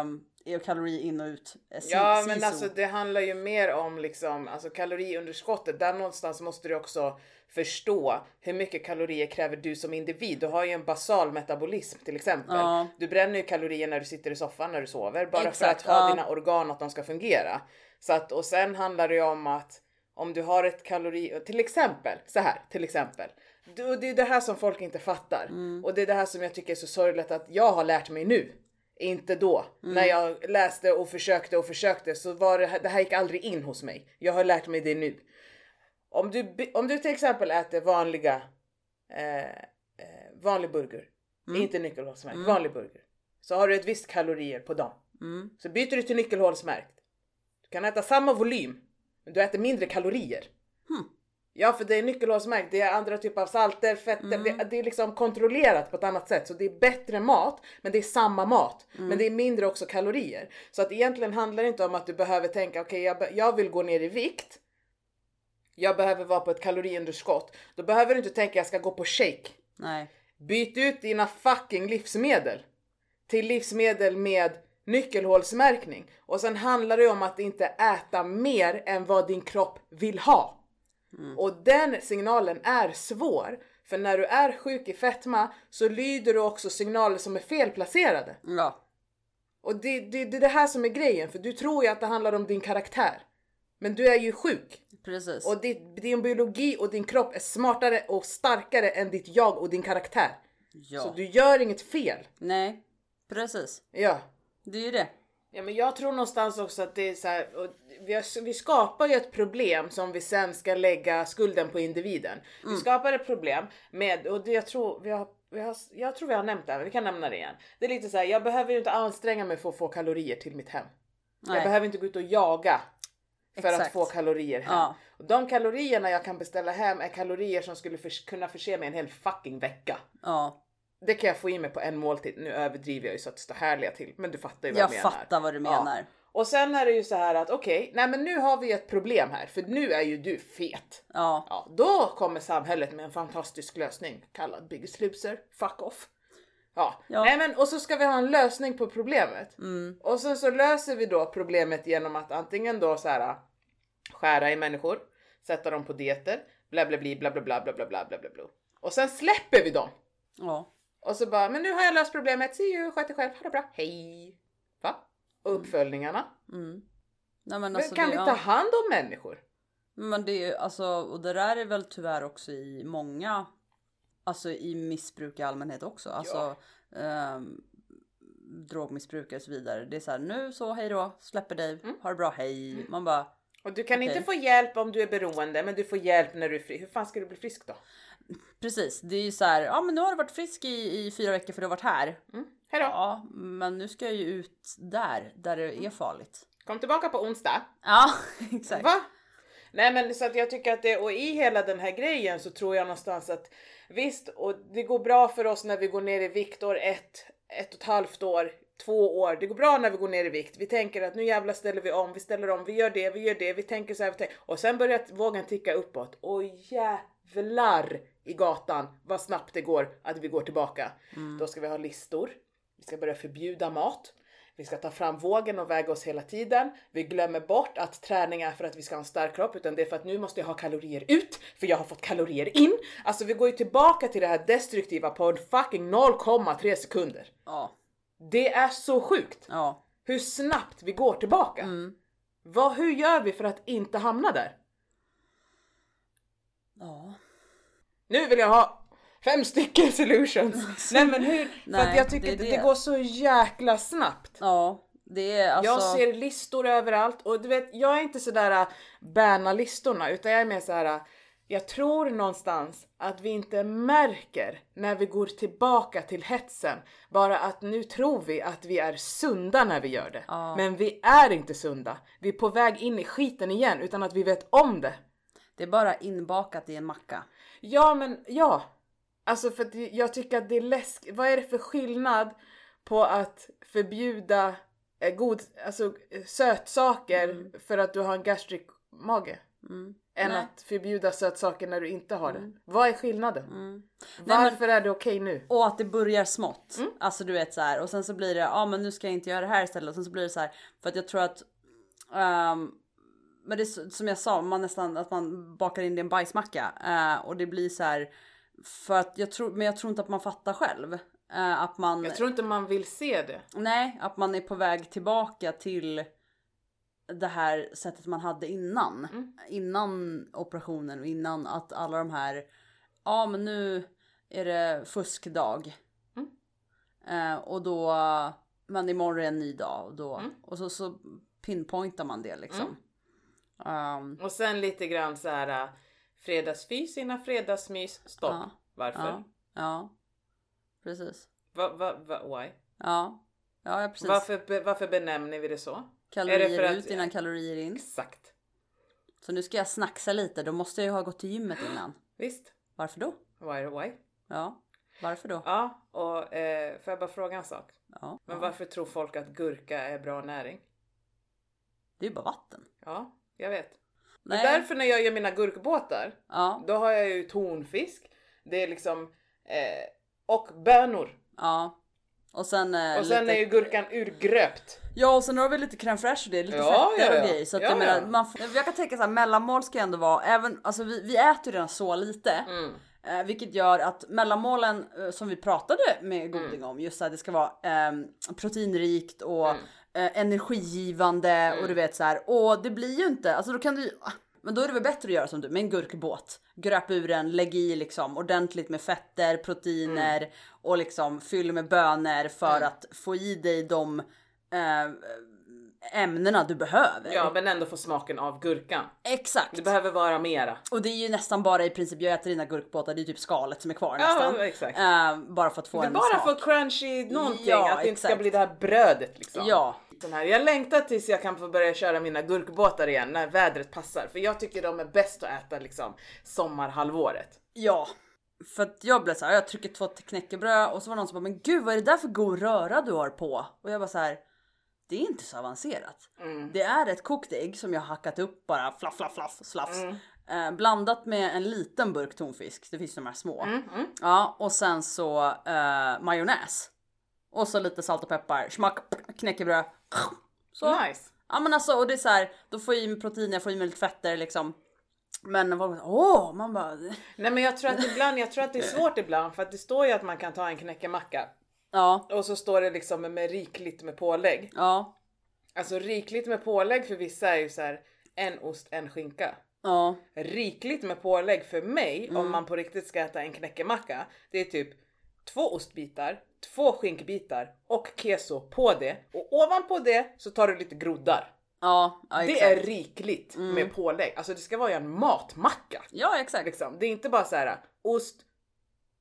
S1: Um, och kalori in och ut. Eh, si-
S2: Ja men
S1: siso.
S2: alltså det handlar ju mer om liksom, alltså kaloriunderskottet. Där någonstans måste du också förstå hur mycket kalorier kräver du som individ. Du har ju en basal metabolism till exempel.
S1: Ja.
S2: Du bränner ju kalorier när du sitter i soffan när du sover. Bara
S1: Exakt,
S2: för att ha
S1: ja.
S2: dina organ att de ska fungera. Så att, och sen handlar det ju om att om du har ett kalori, till exempel så här, till exempel. Du, det är det här som folk inte fattar och det är det här som jag tycker är så sorgligt att jag har lärt mig nu. Inte då. När jag läste och försökte och försökte så var det, det här gick aldrig in hos mig. Jag har lärt mig det nu. Om du, be- om du till exempel äter vanliga, eh, eh, vanlig burger, inte nyckelhålsmärkt, vanlig burger. Så har du ett visst kalorier på dagen.
S1: Mm.
S2: Så byter du till nyckelhålsmärkt. Du kan äta samma volym, men du äter mindre kalorier.
S1: Hmm.
S2: Ja, för det är nyckelhålsmärkt, det är andra typer av salter, fetter,
S1: Mm.
S2: det, det är liksom kontrollerat på ett annat sätt. Så det är bättre mat, men det är samma mat.
S1: Mm.
S2: Men det är mindre också kalorier. Så att egentligen handlar det inte om att du behöver tänka, okej jag, be- jag vill gå ner i vikt, jag behöver vara på ett kaloriunderskott. Då behöver du inte tänka, jag ska gå på shake.
S1: Nej.
S2: Byt ut dina fucking livsmedel till livsmedel med nyckelhålsmärkning. Och sen handlar det om att inte äta mer än vad din kropp vill ha. Och den signalen är svår. För när du är sjuk i fetma så lyder du också signaler som är felplacerade.
S1: Ja.
S2: Och det, det, det är det här som är grejen, för du tror ju att det handlar om din karaktär. Men du är ju sjuk.
S1: Precis.
S2: Och ditt, din biologi och din kropp är smartare och starkare än ditt jag och din karaktär.
S1: ja.
S2: Så du gör inget fel.
S1: Nej, precis.
S2: Ja.
S1: Det är ju det.
S2: Ja men jag tror någonstans också att det är så här, och vi, har, vi skapar ju ett problem som vi sen ska lägga skulden på individen. Vi skapar ett problem med, och det jag tror vi har, vi har jag tror vi har nämnt det här, men vi kan nämna det igen. Det är lite så här, jag behöver ju inte anstränga mig för att få kalorier till mitt hem.
S1: Nej.
S2: Jag behöver inte gå ut och jaga för
S1: Exakt.
S2: att få kalorier hem.
S1: Ja.
S2: Och de kalorierna jag kan beställa hem är kalorier som skulle förs- kunna förse mig en hel fucking vecka.
S1: Ja,
S2: Det kan jag få i mig på en måltid. Nu överdriver jag ju så att det står härliga till, men du fattar ju vad jag,
S1: jag
S2: menar.
S1: fattar vad du
S2: Ja.
S1: menar.
S2: Och sen är det ju så här att okej, nej men nu har vi ett problem här för nu är ju du fet.
S1: Ja,
S2: Ja, då kommer samhället med en fantastisk lösning kallad Biggest Loser, fuck off. Ja.
S1: Ja. Mm.
S2: Nej, men, och så ska vi ha en lösning på problemet. Och sen så löser vi då problemet genom att antingen då så här skära i människor, sätta dem på dieter, bla bla bli, bla bla bla bla bla bla bla bla bla. Och sen släpper vi dem.
S1: ja,
S2: Och så bara, men nu har jag löst problemet, see you, sköt dig själv, ha det bra, hej. Va? Och uppföljningarna.
S1: mm. Nej, men
S2: Men
S1: alltså,
S2: kan
S1: det,
S2: vi ta
S1: ja.
S2: hand om människor?
S1: Men det är ju alltså, och det där är väl tyvärr också i många, alltså i missbruk i allmänhet också. Alltså ehm, drogmissbrukare och så vidare. Det är så här nu så hej då, släpper dig,
S2: Mm.
S1: ha det bra, hej. Man bara,
S2: Och du kan
S1: Okej.
S2: inte få hjälp om du är beroende, men du får hjälp när du är fri. Hur fan ska du bli frisk då?
S1: precis, det är ju så här, ja men nu har du varit frisk i, i fyra veckor för du har varit här.
S2: Mm. Hejdå!
S1: Ja, men nu ska jag ju ut där, där det
S2: Mm.
S1: är farligt.
S2: Kom tillbaka på onsdag.
S1: Ja, [laughs] exakt.
S2: Va? Nej men så att jag tycker att det, och i hela den här grejen så tror jag någonstans att visst, och det går bra för oss när vi går ner i vikt år ett, ett och ett halvt år, två år. Det går bra när vi går ner i vikt. Vi tänker att nu jävlar ställer vi om, vi ställer om, vi gör det, vi gör det, vi tänker så här, vi tänker. och sen börjar vågen ticka uppåt. Och jävlar i gatan vad snabbt det går att vi går tillbaka. Då ska vi ha listor. Vi ska börja förbjuda mat. vi ska ta fram vågen och väga oss hela tiden. Vi glömmer bort att träning är för att vi ska ha en stark kropp utan det är för att nu måste jag ha kalorier ut för jag har fått kalorier in. Alltså vi går ju tillbaka till det här destruktiva på en fucking 0,3 sekunder.
S1: Ja.
S2: Det är så sjukt
S1: Ja.
S2: hur snabbt vi går tillbaka.
S1: Mm.
S2: Vad, hur gör vi för att inte hamna där?
S1: Ja.
S2: Nu vill jag ha fem
S1: [laughs]
S2: stycken solutions. Nej men hur? för att
S1: Nej,
S2: jag tycker
S1: det är
S2: att det,
S1: det.
S2: går så jäkla snabbt.
S1: Ja. Det är alltså.
S2: Jag ser listor överallt och du vet, jag är inte sådär äh, bärna listorna utan jag är mer såhär äh, jag tror någonstans att vi inte märker när vi går tillbaka till hetsen. Bara att nu tror vi att vi är sunda när vi gör det. Men vi är inte sunda. Vi är på väg in i skiten igen utan att vi vet om det.
S1: Det är bara inbakat i en macka.
S2: Ja, men ja. Alltså för att jag tycker att det är läskigt. Vad är det för skillnad på att förbjuda eh, god, alltså, eh, sötsaker för att du har en gastric mage? Än
S1: Mm. Nej. Mm.
S2: att förbjuda sötsaker när du inte har det. Vad är skillnaden?
S1: Nej, men-
S2: Varför är det okej nu?
S1: Och att det börjar smått. Alltså du vet så här. och sen så blir det, ja ah, men nu ska jag inte göra det här istället. Och sen så blir det så här. för att jag tror att ehm, men det är så- som jag sa, man nästan att man bakar in det i en bajsmacka eh, och det blir så här. För att jag tror, men jag tror inte att man fattar själv eh, att man.
S2: Jag tror inte man vill se det.
S1: Nej, att man är på väg tillbaka till det här sättet man hade innan.
S2: Mm.
S1: Innan operationen och innan att alla de här, ja men nu är det fuskdag.
S2: Mm.
S1: Eh, och då, men imorgon är en ny dag och då,
S2: Mm.
S1: och så, så pinpointar man det liksom.
S2: Mm.
S1: Ehm,
S2: Och sen lite grann så här äh, fredagsfys innan fredagsmys. Stopp.
S1: Ja.
S2: Varför?
S1: ja, ja, precis.
S2: Va, va, va, why?
S1: Ja, ja ja, precis.
S2: Varför, be- varför benämner vi det så?
S1: Kalorier
S2: är det för att-
S1: ut innan kalorier in.
S2: Exakt.
S1: Så nu ska jag snacksa lite, då måste jag ju ha gått till gymmet innan.
S2: Visst.
S1: Varför då?
S2: Why, why?
S1: Ja, varför då?
S2: Ja, och eh, får jag bara fråga en sak?
S1: Ja,
S2: Men varför tror folk att gurka är bra näring?
S1: det är ju bara vatten.
S2: Ja, jag vet.
S1: Nej.
S2: Därför när jag gör mina gurkbåtar,
S1: Ja,
S2: då har jag ju tonfisk, det är liksom eh, och bönor.
S1: ja. Och sen, eh,
S2: Och sen
S1: lite...
S2: är ju gurkan urgröpt.
S1: Ja och sen har vi lite crème fraîche och det är lite
S2: Ja,
S1: fetter
S2: ja, ja.
S1: och grejer. Så att
S2: Ja,
S1: jag menar,
S2: ja.
S1: man får... jag kan tänka såhär mellanmål ska ju ändå vara, även, alltså vi, vi äter ju redan så lite.
S2: Mm.
S1: Eh, vilket gör att mellanmålen eh, som vi pratade
S2: Mm.
S1: med Goding om, just att det ska vara ehm, proteinrikt och
S2: Mm.
S1: eh, energigivande och du vet så här. Och det blir ju inte, alltså då kan du ju- men då är det väl bättre att göra som du med en gurkbåt. Gröp ur den, lägg i liksom ordentligt med fetter, proteiner
S2: Mm.
S1: och liksom fyll med bönor för att få i dig de eh, ämnena du behöver.
S2: Ja, men ändå få smaken av gurkan.
S1: Exakt!
S2: Det behöver vara mera.
S1: och det är ju nästan bara i princip, jag äter dina gurkbåtar, det är typ skalet som är kvar
S2: Ja,
S1: nästan.
S2: exakt.
S1: Eh, bara för att få
S2: Det är
S1: en
S2: bara
S1: smak.
S2: för crunchy någonting,
S1: Ja,
S2: att det inte ska
S1: exakt.
S2: bli det här brödet liksom.
S1: Ja,
S2: Den här. Jag längtar tills jag kan få börja köra mina gurkbåtar igen när vädret passar. För jag tycker de är bäst att äta liksom sommarhalvåret.
S1: ja. För att jag blev såhär, jag trycker två knäckebröd och så var det någon som bara men gud vad är det där för god röra du har på? Och jag bara så här. det är inte så avancerat.
S2: Mm.
S1: Det är ett kokt ägg som jag har hackat upp bara flaff flaff flaff slafs.
S2: Mm.
S1: Eh, blandat med en liten burk tonfisk, det finns de här små.
S2: Mm,
S1: Ja och sen så eh, majonnäs. Och så lite salt och peppar, smack, knäckebröd. Så.
S2: Nice!
S1: Ja men alltså och det är så här, då får jag i mig protein, jag får i mig lite fetter liksom. Men vad- åh, man bara
S2: Nej men jag tror att ibland, jag tror att det är svårt ibland för att det står ju att man kan ta en knäckemacka
S1: ja,
S2: och så står det liksom med rikligt med pålägg.
S1: ja,
S2: Alltså rikligt med pålägg för vissa är ju så här en ost, en skinka.
S1: ja,
S2: Rikligt med pålägg för mig om man på riktigt ska äta en knäckemacka, det är typ två ostbitar, två skinkbitar och keso på det och ovanpå det så tar du lite groddar.
S1: ja, ja
S2: Det
S1: exakt.
S2: är rikligt med pålägg, alltså det ska vara ju en matmacka.
S1: Ja exakt.
S2: Liksom. Det är inte bara så här ost,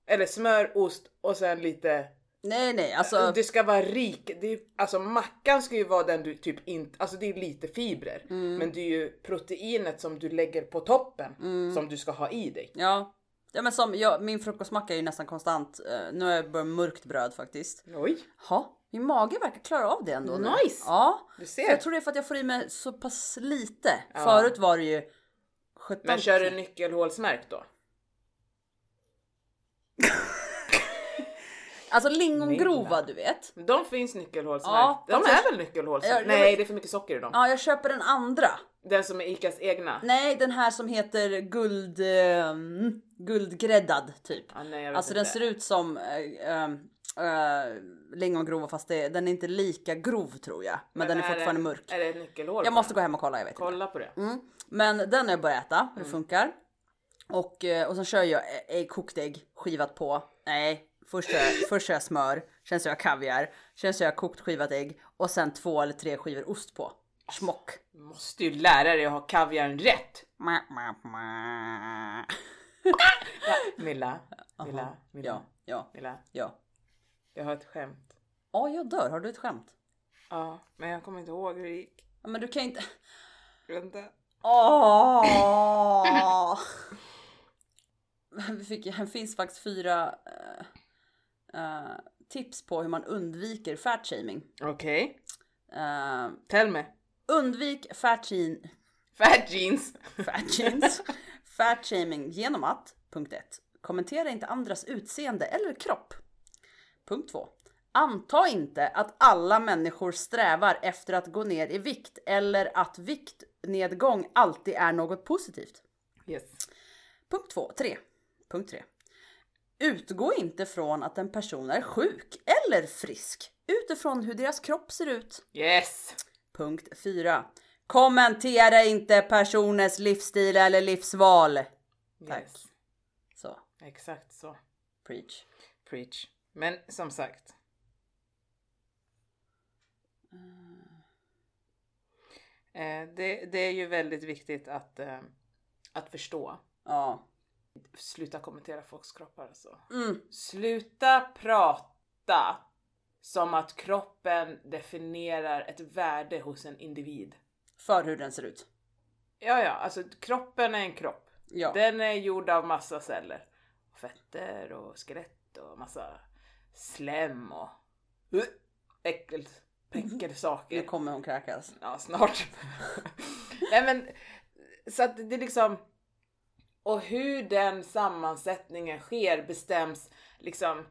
S2: eller smör, ost och sen lite...
S1: Nej nej alltså
S2: Äh, Det ska vara rik, det är, alltså mackan ska ju vara den du typ inte, alltså det är lite fibrer. Men det är ju proteinet som du lägger på toppen som du ska ha i dig.
S1: ja. Ja men som jag, min frukostmacka är ju nästan konstant. eh, nu har jag börjat med mörkt bröd faktiskt.
S2: Oj,
S1: Ja, min mage verkar klara av det ändå nu.
S2: Nice!
S1: Ja,
S2: du
S1: för jag
S2: ser.
S1: tror det är för att jag får i mig så pass lite. Förut var det ju 17.
S2: Men kör du nyckelhålsmärkt då?
S1: Alltså lingongrova du vet.
S2: De finns nyckelhålsmärkt.
S1: Ja,
S2: de
S1: fast
S2: är
S1: jag-
S2: väl nyckelhålsmärkta?
S1: Ja, det var-
S2: Nej, det är för mycket socker i dem.
S1: Ja jag köper den andra.
S2: Den som är ICAs egna.
S1: Nej den här som heter guld... ehm, guldgräddad typ.
S2: Ja, nej, jag vet
S1: Alltså
S2: inte.
S1: den ser ut som eh, ehm, eh, lingongrova fast det, den är inte lika grov tror jag. Men, den är
S2: det-
S1: fortfarande mörk.
S2: Är det ett nyckelhål?
S1: Jag måste gå hem och kolla, jag vet inte.
S2: Kolla på det.
S1: Mm. Men den har jag börjat äta, hur det funkar. Och, eh, och sen kör jag ä- ägg, kokt ägg skivat på. Nej, först kör, jag- först kör jag smör, sen kör jag kaviar, sen kör jag kokt skivat ägg och sen två eller tre skivor ost på. Smock.
S2: Måste ju lära dig att ha kaviaren rätt.
S1: Ma, ma, ma.
S2: Milla, Milla, Milla,
S1: Ja, ja,
S2: Milla.
S1: ja.
S2: Jag har ett skämt.
S1: Ja, jag dör. Har du ett skämt?
S2: Ja, men jag kommer inte ihåg hur det gick.
S1: Ja, Men du kan ju inte...
S2: Vänta.
S1: Åh! [laughs] Vi fick, det finns faktiskt fyra eh, eh, tips på hur man undviker fatshaming.
S2: Okej,
S1: Eh,
S2: tell me.
S1: undvik fatshaming
S2: Fat jeans. [laughs]
S1: fat jeans, fat shaming genom att punkt 1. Kommentera inte andras utseende eller kropp. Punkt 2. Anta inte att alla människor strävar efter att gå ner i vikt eller att viktnedgång alltid är något positivt.
S2: Yes.
S1: Punkt 2, 3. Punkt 3. Utgå inte från att en person är sjuk eller frisk utifrån hur deras kropp ser ut.
S2: Yes.
S1: Punkt 4. Kommentera inte personers livsstil eller livsval. Tack.
S2: yes.
S1: Så,
S2: Exakt så.
S1: preach.
S2: Preach. Men som sagt. Eh, det, det är ju väldigt viktigt att, eh, att förstå.
S1: Ja.
S2: Sluta kommentera folks kroppar alltså.
S1: Mm.
S2: Sluta prata som att kroppen definierar ett värde hos en individ.
S1: För hur den ser ut.
S2: Ja, ja, alltså kroppen är en kropp.
S1: Ja.
S2: Den är gjord av massa celler. Fetter och skelett och massa slem och Uh, äckligt, äckligt
S1: Nu
S2: saker.
S1: kommer hon kräkas.
S2: Ja, snart. Nej men, så att det är liksom... Och hur den sammansättningen sker bestäms liksom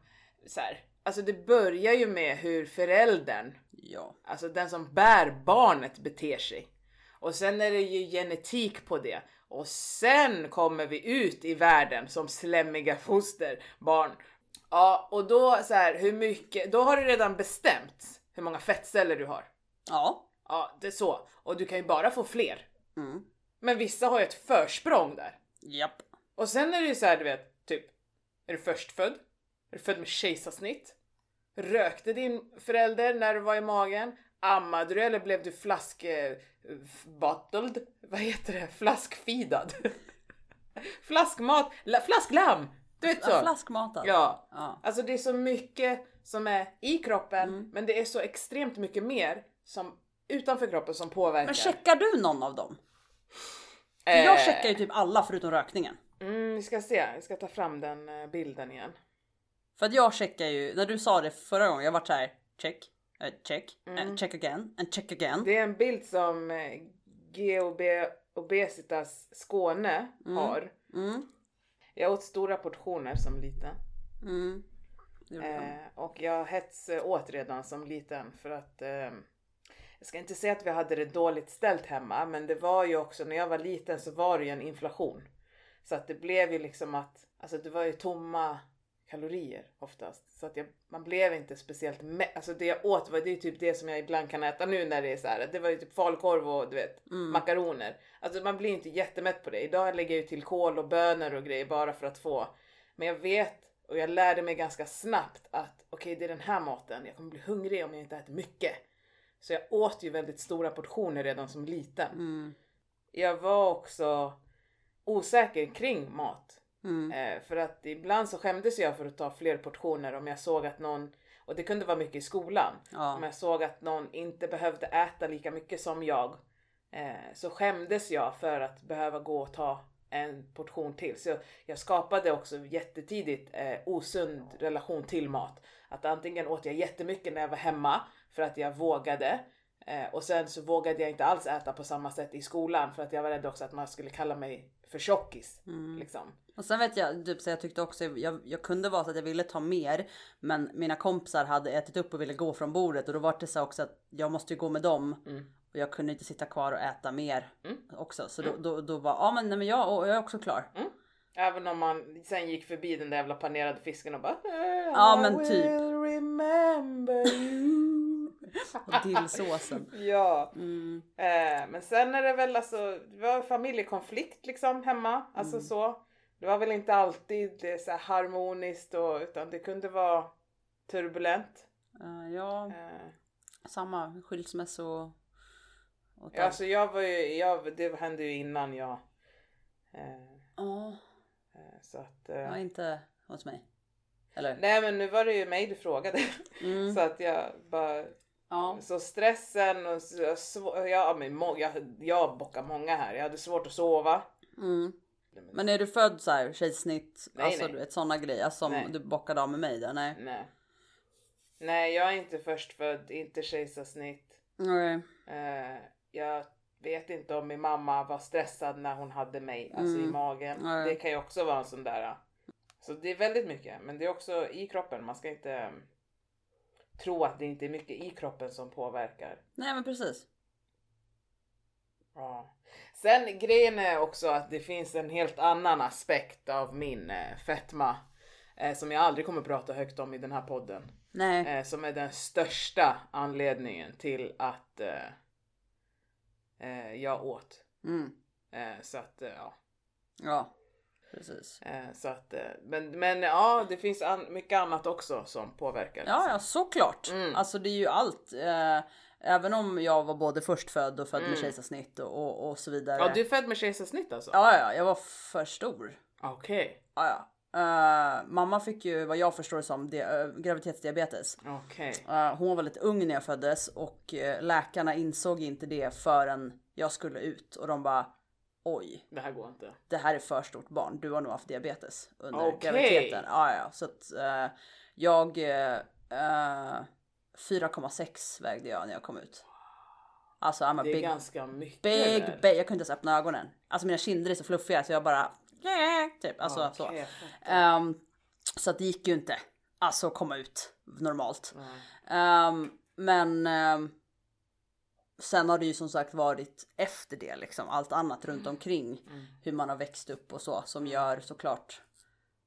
S2: så här. Alltså det börjar ju med hur föräldern,
S1: Ja.
S2: alltså den som bär barnet beter sig. Och sen är det ju genetik på det. Och sen kommer vi ut i världen som slemmiga fosterbarn. Ja, och då så här, hur mycket, då har det redan bestämts hur många fettceller du har.
S1: Ja.
S2: Ja, det är så. Och du kan ju bara få fler.
S1: Mm.
S2: Men vissa har ju ett försprång där.
S1: Japp.
S2: Och sen är det ju så här, du vet, typ, är du förstfödd? Är du född med kejsarsnitt? Rökte din förälder när du var i magen? Ammade du eller blev du flask... eh, f- bottled? Vad heter det? Flaskfidad? [laughs] Flaskmat? La, flasklam! Du vet
S1: Ja,
S2: så.
S1: Flaskmatad.
S2: Ja.
S1: Ja.
S2: Alltså det är så mycket som är i kroppen,
S1: Mm.
S2: men det är så extremt mycket mer som utanför kroppen som påverkar.
S1: Men checkar du någon av dem? För
S2: Eh,
S1: jag checkar ju typ alla förutom rökningen.
S2: Mm, vi ska se, vi ska ta fram den eh, bilden igen.
S1: För att jag checkar ju, när du sa det förra gången, jag vart såhär check, eh, check, eh, check again, and check again.
S2: Det är en bild som eh, GOB Obesitas Skåne har.
S1: Mm.
S2: Jag åt stora portioner som liten.
S1: Mm. Det gjorde jag.
S2: Eh, och jag hets eh, åt redan som liten för att ehm, jag ska inte säga att vi hade det dåligt ställt hemma men det var ju också när jag var liten så var det ju en inflation. Så att det blev ju liksom att, alltså det var ju tomma kalorier oftast. Så att jag, man blev inte speciellt mä- alltså det jag åt var det är ju typ det som jag ibland kan äta nu när det är så här. det var ju typ falukorv och du vet
S1: Mm.
S2: makaroner. Alltså man blir inte jättemätt på det. Idag lägger jag ju till kål och bönor och grejer bara för att få men jag vet och jag lärde mig ganska snabbt att okej det är den här maten, jag kommer bli hungrig om jag inte äter mycket. Så jag åt ju väldigt stora portioner redan som liten.
S1: Mm.
S2: Jag var också osäker kring mat.
S1: Mm.
S2: Eh, för att ibland så skämdes jag för att ta fler portioner om jag såg att någon, och det kunde vara mycket i skolan,
S1: Ja.
S2: om jag såg att någon inte behövde äta lika mycket som jag eh, så skämdes jag för att behöva gå och ta en portion till. Så jag, jag skapade också jättetidigt eh, osund relation till mat. Att antingen åt jag jättemycket när jag var hemma för att jag vågade Eh, och sen så vågade jag inte alls äta på samma sätt i skolan för att jag var rädd också att man skulle kalla mig för tjockis.
S1: Mm.
S2: Liksom.
S1: Och sen vet jag, typ, så jag tyckte också, jag, jag kunde vara så att jag ville ta mer, men mina kompisar hade ätit upp och ville gå från bordet och då var det så också att jag måste ju gå med dem. Och jag kunde inte sitta kvar och äta mer också. Så då, då, då var, ja men, nej, men jag, och jag är också klar.
S2: Även om man sen gick förbi den där jävla panerade fisken och bara
S1: Ja, men typ.
S2: I will remember you.
S1: [laughs] Och dillsåsen.
S2: ja.
S1: Mm.
S2: Eh, men sen är det väl alltså, det var familjekonflikt liksom hemma.
S1: Mm.
S2: Alltså så. Det var väl inte alltid det så här harmoniskt och, utan det kunde vara turbulent.
S1: Eh, ja,
S2: Eh,
S1: samma skilsmässo och... och
S2: ja, alltså jag var ju, jag, det hände ju innan jag. Eh,
S1: Ja,
S2: eh, så att. Eh,
S1: ja, inte hos mig. Eller?
S2: nej men nu var det ju mig du frågade.
S1: Mm.
S2: så att jag bara
S1: Ja.
S2: Så stressen och så, jag, sv- ja, men må, jag, jag bockar många här. Jag hade svårt att sova.
S1: Mm. Men är du född så här kejsnitt?
S2: Nej,
S1: alltså
S2: nej.
S1: du vet sådana grejer som
S2: Nej.
S1: du bockade av med mig där? Nej.
S2: Nej. Nej, jag är inte förstfödd, inte kejsarsnitt.
S1: Nej.
S2: Eh, jag vet inte om min mamma var stressad när hon hade mig, alltså i
S1: Mm.
S2: magen.
S1: Nej.
S2: Det kan ju också vara en sån där. eh. Så det är väldigt mycket, men det är också i kroppen. Man ska inte eh, tro att det inte är mycket i kroppen som påverkar.
S1: nej men precis.
S2: Ja. Sen grejen är också att det finns en helt annan aspekt av min eh, fetma eh, som jag aldrig kommer prata högt om i den här podden.
S1: Nej.
S2: Eh, som är den största anledningen till att eh, eh, jag åt.
S1: Mm.
S2: Eh, så att, eh, ja.
S1: Ja. Precis.
S2: Eh, så att, eh, men, men ja, det finns an- mycket annat också som påverkar.
S1: Ja, ja såklart.
S2: Mm.
S1: Alltså det är ju allt. Eh, även om jag var både förstfödd och född med
S2: Mm.
S1: kejsarsnitt och, och, och så vidare.
S2: ja, du är född med kejsarsnitt alltså?
S1: ja, ja, jag var för stor.
S2: Okej,
S1: Ja, ja. Eh, mamma fick ju vad jag förstår det som di- eh, graviditetsdiabetes.
S2: okej.
S1: Eh, hon var lite ung när jag föddes och eh, läkarna insåg inte det förrän jag skulle ut och de bara oj,
S2: Det här går inte.
S1: det här är för stort barn. Du har nog haft diabetes under
S2: Okej.
S1: graviditeten. Ja, ja, så att eh, jag eh, eh, 4,6 vägde jag när jag kom ut. Alltså I'm a
S2: Det är
S1: big,
S2: ganska mycket.
S1: big,
S2: där.
S1: big. Jag kunde inte ens öppna ögonen. Alltså mina kinder är så fluffiga så jag bara yeah, typ alltså så.
S2: Okej, jag fattar.
S1: Ehm, så att det gick ju inte. Alltså komma ut normalt.
S2: Nej.
S1: Ehm, men ehm, sen har det ju som sagt varit efter det liksom allt annat runt omkring
S2: Mm.
S1: hur man har växt upp och så som gör såklart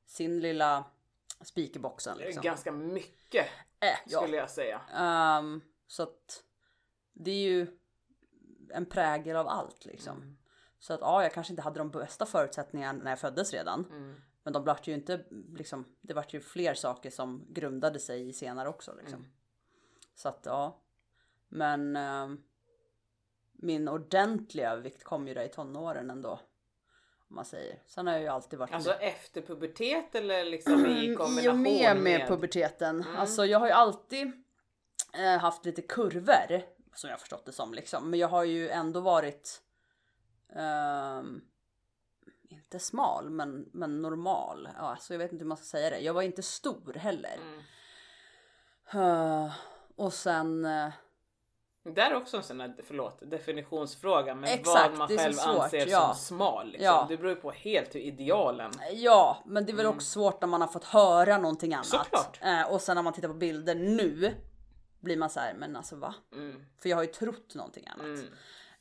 S1: sin lilla speakerboxen liksom.
S2: Ganska mycket
S1: Äh, ja.
S2: skulle jag säga.
S1: Ehm, så att det är ju en prägel av allt liksom. Så att ja, jag kanske inte hade de bästa förutsättningarna när jag föddes redan. Men de vart ju inte liksom, det vart ju fler saker som grundade sig i senare också liksom. Så att ja. Men ehm, min ordentliga vikt kom ju där i tonåren ändå. Om man säger. Sen har jag ju alltid varit
S2: Alltså efter pubertet eller liksom
S1: Mm,
S2: i kombination Mm.
S1: i och med med puberteten. Alltså jag har ju alltid eh, haft lite kurvor som jag har förstått det som liksom. Men jag har ju ändå varit ehm, inte smal men, men normal. Ja, alltså jag vet inte hur man ska säga det. Jag var inte stor heller.
S2: Mm.
S1: Eh, och sen eh,
S2: Det är också en sån här, förlåt, definitionsfråga men
S1: Exakt,
S2: vad man
S1: det är så
S2: själv
S1: svårt,
S2: anser
S1: ja.
S2: som smal. Liksom.
S1: Ja.
S2: Det beror ju på helt hur idealen. [clears throat]
S1: Ja, men det är väl också svårt när man har fått höra någonting annat.
S2: Mm. Såklart.
S1: Eh, och sen när man tittar på bilder nu blir man så här, men alltså va?
S2: Mm.
S1: För jag har ju trott någonting annat.
S2: Mm.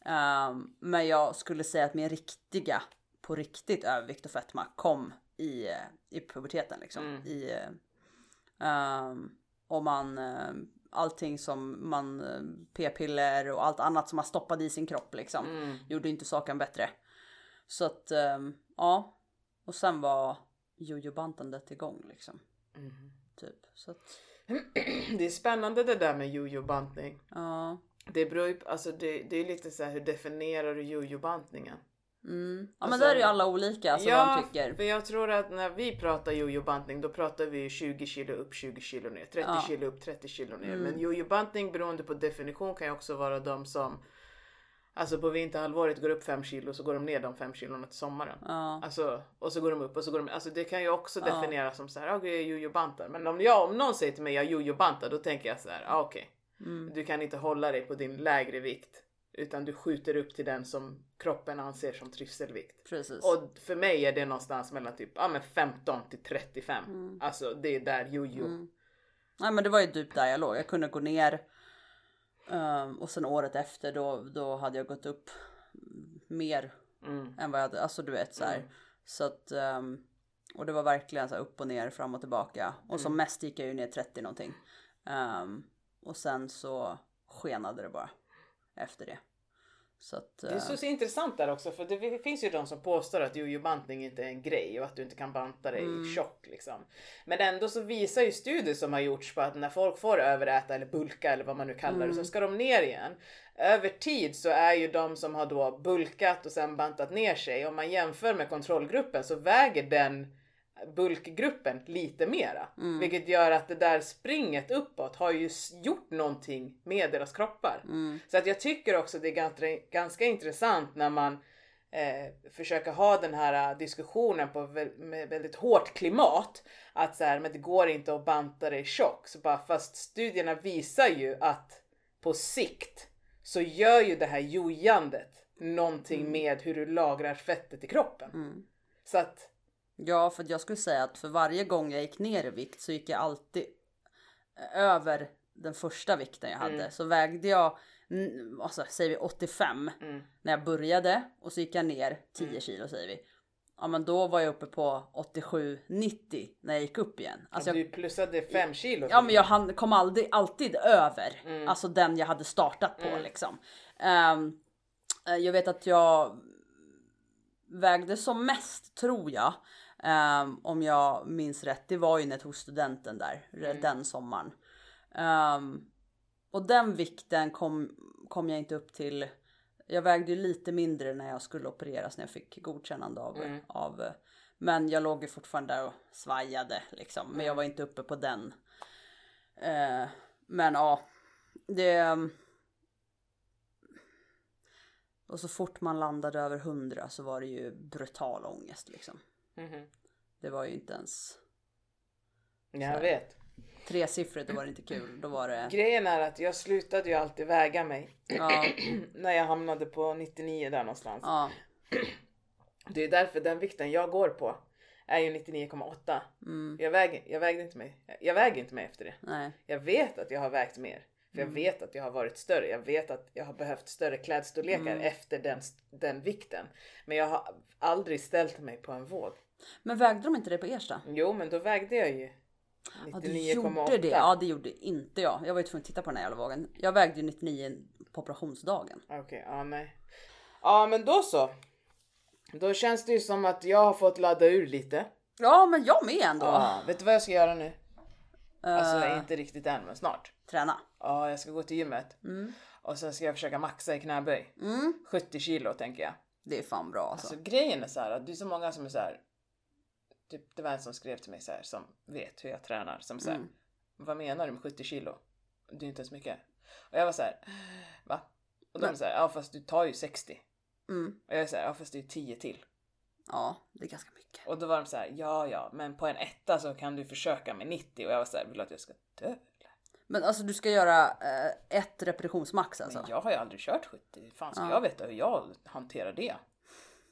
S1: Ehm, men jag skulle säga att min riktiga, på riktigt övervikt och fetma kom i, eh, i puberteten liksom.
S2: Mm.
S1: I, eh, ehm, och man, eh, allting som man, eh, p-piller och allt annat som man stoppade i sin kropp liksom.
S2: Mm.
S1: Gjorde inte saken bättre. Så att, ehm, ja. Och sen var jojobantandet igång liksom.
S2: Mm.
S1: Typ. Så att,
S2: Det är spännande det där med jojo-bantning.
S1: ja. Mm.
S2: Det beror ju, alltså det, det är lite så här hur definierar du jojo-bantningen?
S1: Mm. Ja men
S2: Alltså-
S1: där är ju alla olika alltså vad de tycker.
S2: för jag tror att när vi pratar jojo-bantning då pratar vi ju 20 kilo upp, 20 kilo ner, 30
S1: Ja. Mm.
S2: kilo upp, 30 kilo ner. Men jojo-bantning beroende på definition kan ju också vara de som alltså på vinterhalvåret går upp 5 kilo så går de ner de 5 kilona till sommaren.
S1: Ja.
S2: Alltså, och så går de upp och så går de Alltså det kan ju också definieras som så här, "Ah, jag jojo-bantar. Men om, jag, om någon säger till mig jag jojo-bantar då tänker jag så här, ah, okej. Du kan inte hålla dig på din lägre vikt utan du skjuter upp till den som kroppen anser som trivselvikt.
S1: Precis.
S2: Och för mig är det någonstans mellan typ ja, men 15 till 35. Alltså det är där jojo.
S1: Nej men det var ju typ där jag låg. Jag kunde gå ner. ehm, och sen året efter då, då hade jag gått upp mer
S2: Mm.
S1: än vad jag hade. Alltså du vet så här. Så att, ehm, och det var verkligen så här upp och ner, fram och tillbaka. Och
S2: Mm.
S1: som mest gick jag ju ner 30 någonting. Ehm, och sen så skenade det bara efter det. Så att,
S2: Det
S1: eh,
S2: är så, så intressant där också för det finns ju de som påstår att jojo-bantning inte är en grej och att du inte kan banta dig
S1: Mm.
S2: tjock liksom. Men ändå så visar ju studier som har gjorts på att när folk får överäta eller bulka eller vad man nu kallar
S1: Mm.
S2: det så ska de ner igen. Över tid så är ju de som har då bulkat och sen bantat ner sig om man jämför med kontrollgruppen så väger den bulkgruppen lite mera.
S1: Mm.
S2: Vilket gör att det där springet uppåt har ju s- gjort någonting med deras kroppar.
S1: mm.
S2: Så att jag tycker också det är ganska, ganska intressant när man eh, försöker ha den här eh, diskussionen på vä- med väldigt hårt klimat. Att så här, men det går inte att banta dig tjock. Så bara, fast studierna visar ju att på sikt så gör ju det här jojandet någonting
S1: Mm.
S2: med hur du lagrar fettet i kroppen. Så att
S1: Ja, för att jag skulle säga att för varje gång jag gick ner i vikt så gick jag alltid eh, över den första vikten jag hade. Så vägde jag, mm, alltså, säger vi 85 när jag började och så gick jag ner 10 kilo säger vi. Ja men då var jag uppe på 87-90 när jag gick upp igen. Alltså, jag,
S2: du plussade 5 kilo.
S1: ja men jag hann- kom aldrig, alltid över, alltså den jag hade startat på liksom. Ehm, eh, jag vet att jag vägde som mest tror jag, ehm, om jag minns rätt, det var ju när jag tog studenten där, eller den sommaren. Ehm, och den vikten kom, kom jag inte upp till. Jag vägde ju lite mindre när jag skulle opereras när jag fick godkännande av, av eh, men jag låg ju fortfarande där och svajade liksom. Men jag var inte uppe på den. Eh, men ja, det. Och så fort man landade över 100 så var det ju brutal ångest liksom.
S2: Mhm.
S1: Det var ju inte ens
S2: Ja, jag vet.
S1: tresiffrigt, då var det inte kul. Då var det,
S2: Grejen är att jag slutade ju alltid väga mig
S1: ja,
S2: när jag hamnade på 99 där någonstans.
S1: ja,
S2: Det är därför den vikten jag går på är ju 99,8.
S1: Mm.
S2: Jag, väger, jag vägde inte mig. Jag väger inte mig efter det.
S1: nej,
S2: Jag vet att jag har vägt mer. För
S1: Mm.
S2: jag vet att jag har varit större. Jag vet att jag har behövt större klädstorlekar
S1: Mm.
S2: efter den, den vikten. Men jag har aldrig ställt mig på en våg.
S1: Men vägde de inte det på Ersta?
S2: Jo, men då vägde jag ju
S1: Ja,
S2: 99,8.
S1: det gjorde det. Ja, det gjorde inte jag. Jag var ju tvungen att titta på den här jävla vågen. Jag vägde ju 99 på operationsdagen.
S2: Okej, ja nej. Ja men då så. Då känns det ju som att jag har fått ladda ur lite.
S1: Ja, men jag med ändå.
S2: Ja, vet du vad jag ska göra nu? Alltså
S1: Eh.
S2: inte riktigt än men snart.
S1: Träna.
S2: Ja, jag ska gå till gymmet.
S1: Mm.
S2: Och sen ska jag försöka maxa i knäböj. 70 kilo tänker jag.
S1: Det är fan Mm. bra alltså.
S2: Så grejen är så här att det är så många som är så här. Typ, det var en som skrev till mig så här som vet hur jag tränar som så här.
S1: Mm.
S2: Vad menar du med 70 kilo? Det är inte ens mycket. Och jag var så här. Va? Och de är så här. Ja fast du tar ju 60.
S1: Mm.
S2: Och jag är så här. Ja fast det är ju 10 till.
S1: Ja, det är ganska mycket.
S2: Och då var de så här. Ja ja men på en etta så kan du försöka med 90. Och jag var så här. Vill du att jag ska dö? eller?"
S1: Men alltså du ska göra eh, ett repetitionsmax alltså.
S2: Men jag har ju aldrig kört 70. Fan ska jag veta hur jag hanterar det?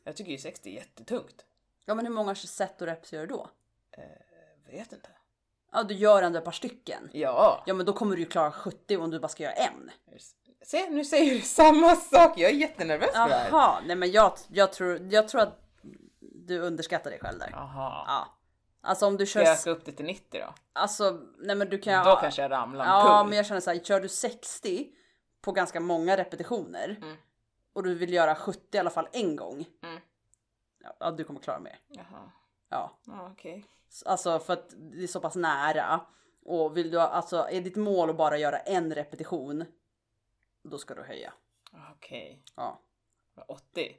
S2: Jag tycker ju 60 är jättetungt.
S1: Ja, men hur många set och reps gör du då?
S2: Jag vet inte.
S1: Ja, du gör ändå ett par stycken.
S2: Ja.
S1: Ja, men då kommer du ju klara 70 om du bara ska göra en.
S2: Se, nu säger du samma sak. Jag är jättenervös för det här.
S1: Jaha, nej men jag, jag, tror, jag tror att du underskattar dig själv där. Ja.
S2: Aha.
S1: Alltså om du
S2: Ska jag
S1: kör,
S2: öka upp det till 90 då?
S1: alltså nej men du kan
S2: Då kanske jag ramlar
S1: Ja,
S2: omkull.
S1: men jag känner så här, kör du 60 på ganska många repetitioner och du vill göra 70 i alla fall en gång.
S2: Mm.
S1: Ja, Ja, du kommer klara mer.
S2: Jaha.
S1: Ja,
S2: Ja, okej.
S1: S- alltså för att det är så pass nära och vill du ha- alltså är ditt mål att bara göra en repetition. Då ska du höja.
S2: Okej.
S1: Ja,
S2: 80? [gasps]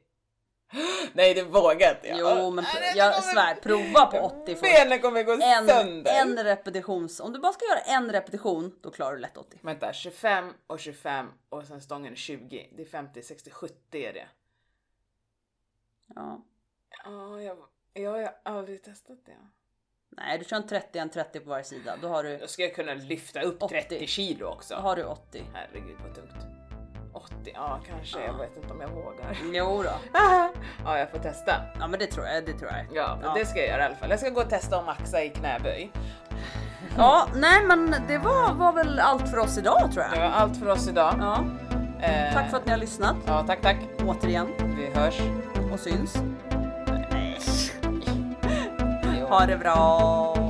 S2: Nej, det vågar inte jag.
S1: jo, men
S2: äh, Nej,
S1: pr-
S2: det
S1: jag
S2: kommer-
S1: svär prova på 80 först.
S2: Benen kommer gå
S1: En,
S2: sönder.
S1: en repetitions, om du bara ska göra en repetition, då klarar du lätt 80.
S2: Vänta, 25 och 25 och sen stången är 20. Det är 50, 60, 70 är det.
S1: Ja,
S2: Ja, jag, jag har ju aldrig testat det.
S1: Nej, du kör en 30 en 30 på varje sida. Då har du,
S2: Då ska jag kunna lyfta upp
S1: 80.
S2: 30 kilo också.
S1: då har du 80.
S2: Herregud vad tungt. 80, ja kanske. Jag
S1: Ja.
S2: vet inte om jag vågar.
S1: Jo då.
S2: [laughs] ja, jag får testa.
S1: Ja men det tror jag, det tror jag.
S2: Ja, men
S1: Ja.
S2: det ska jag göra i alla fall. Jag ska gå och testa och maxa i knäböj.
S1: Ja, nej men det var, var väl allt för oss idag tror
S2: Det
S1: jag.
S2: var allt för oss idag.
S1: Ja,
S2: Eh,
S1: tack för att ni har lyssnat
S2: Ja, tack, tack.
S1: återigen
S2: Vi hörs.
S1: och syns. Ha det bra!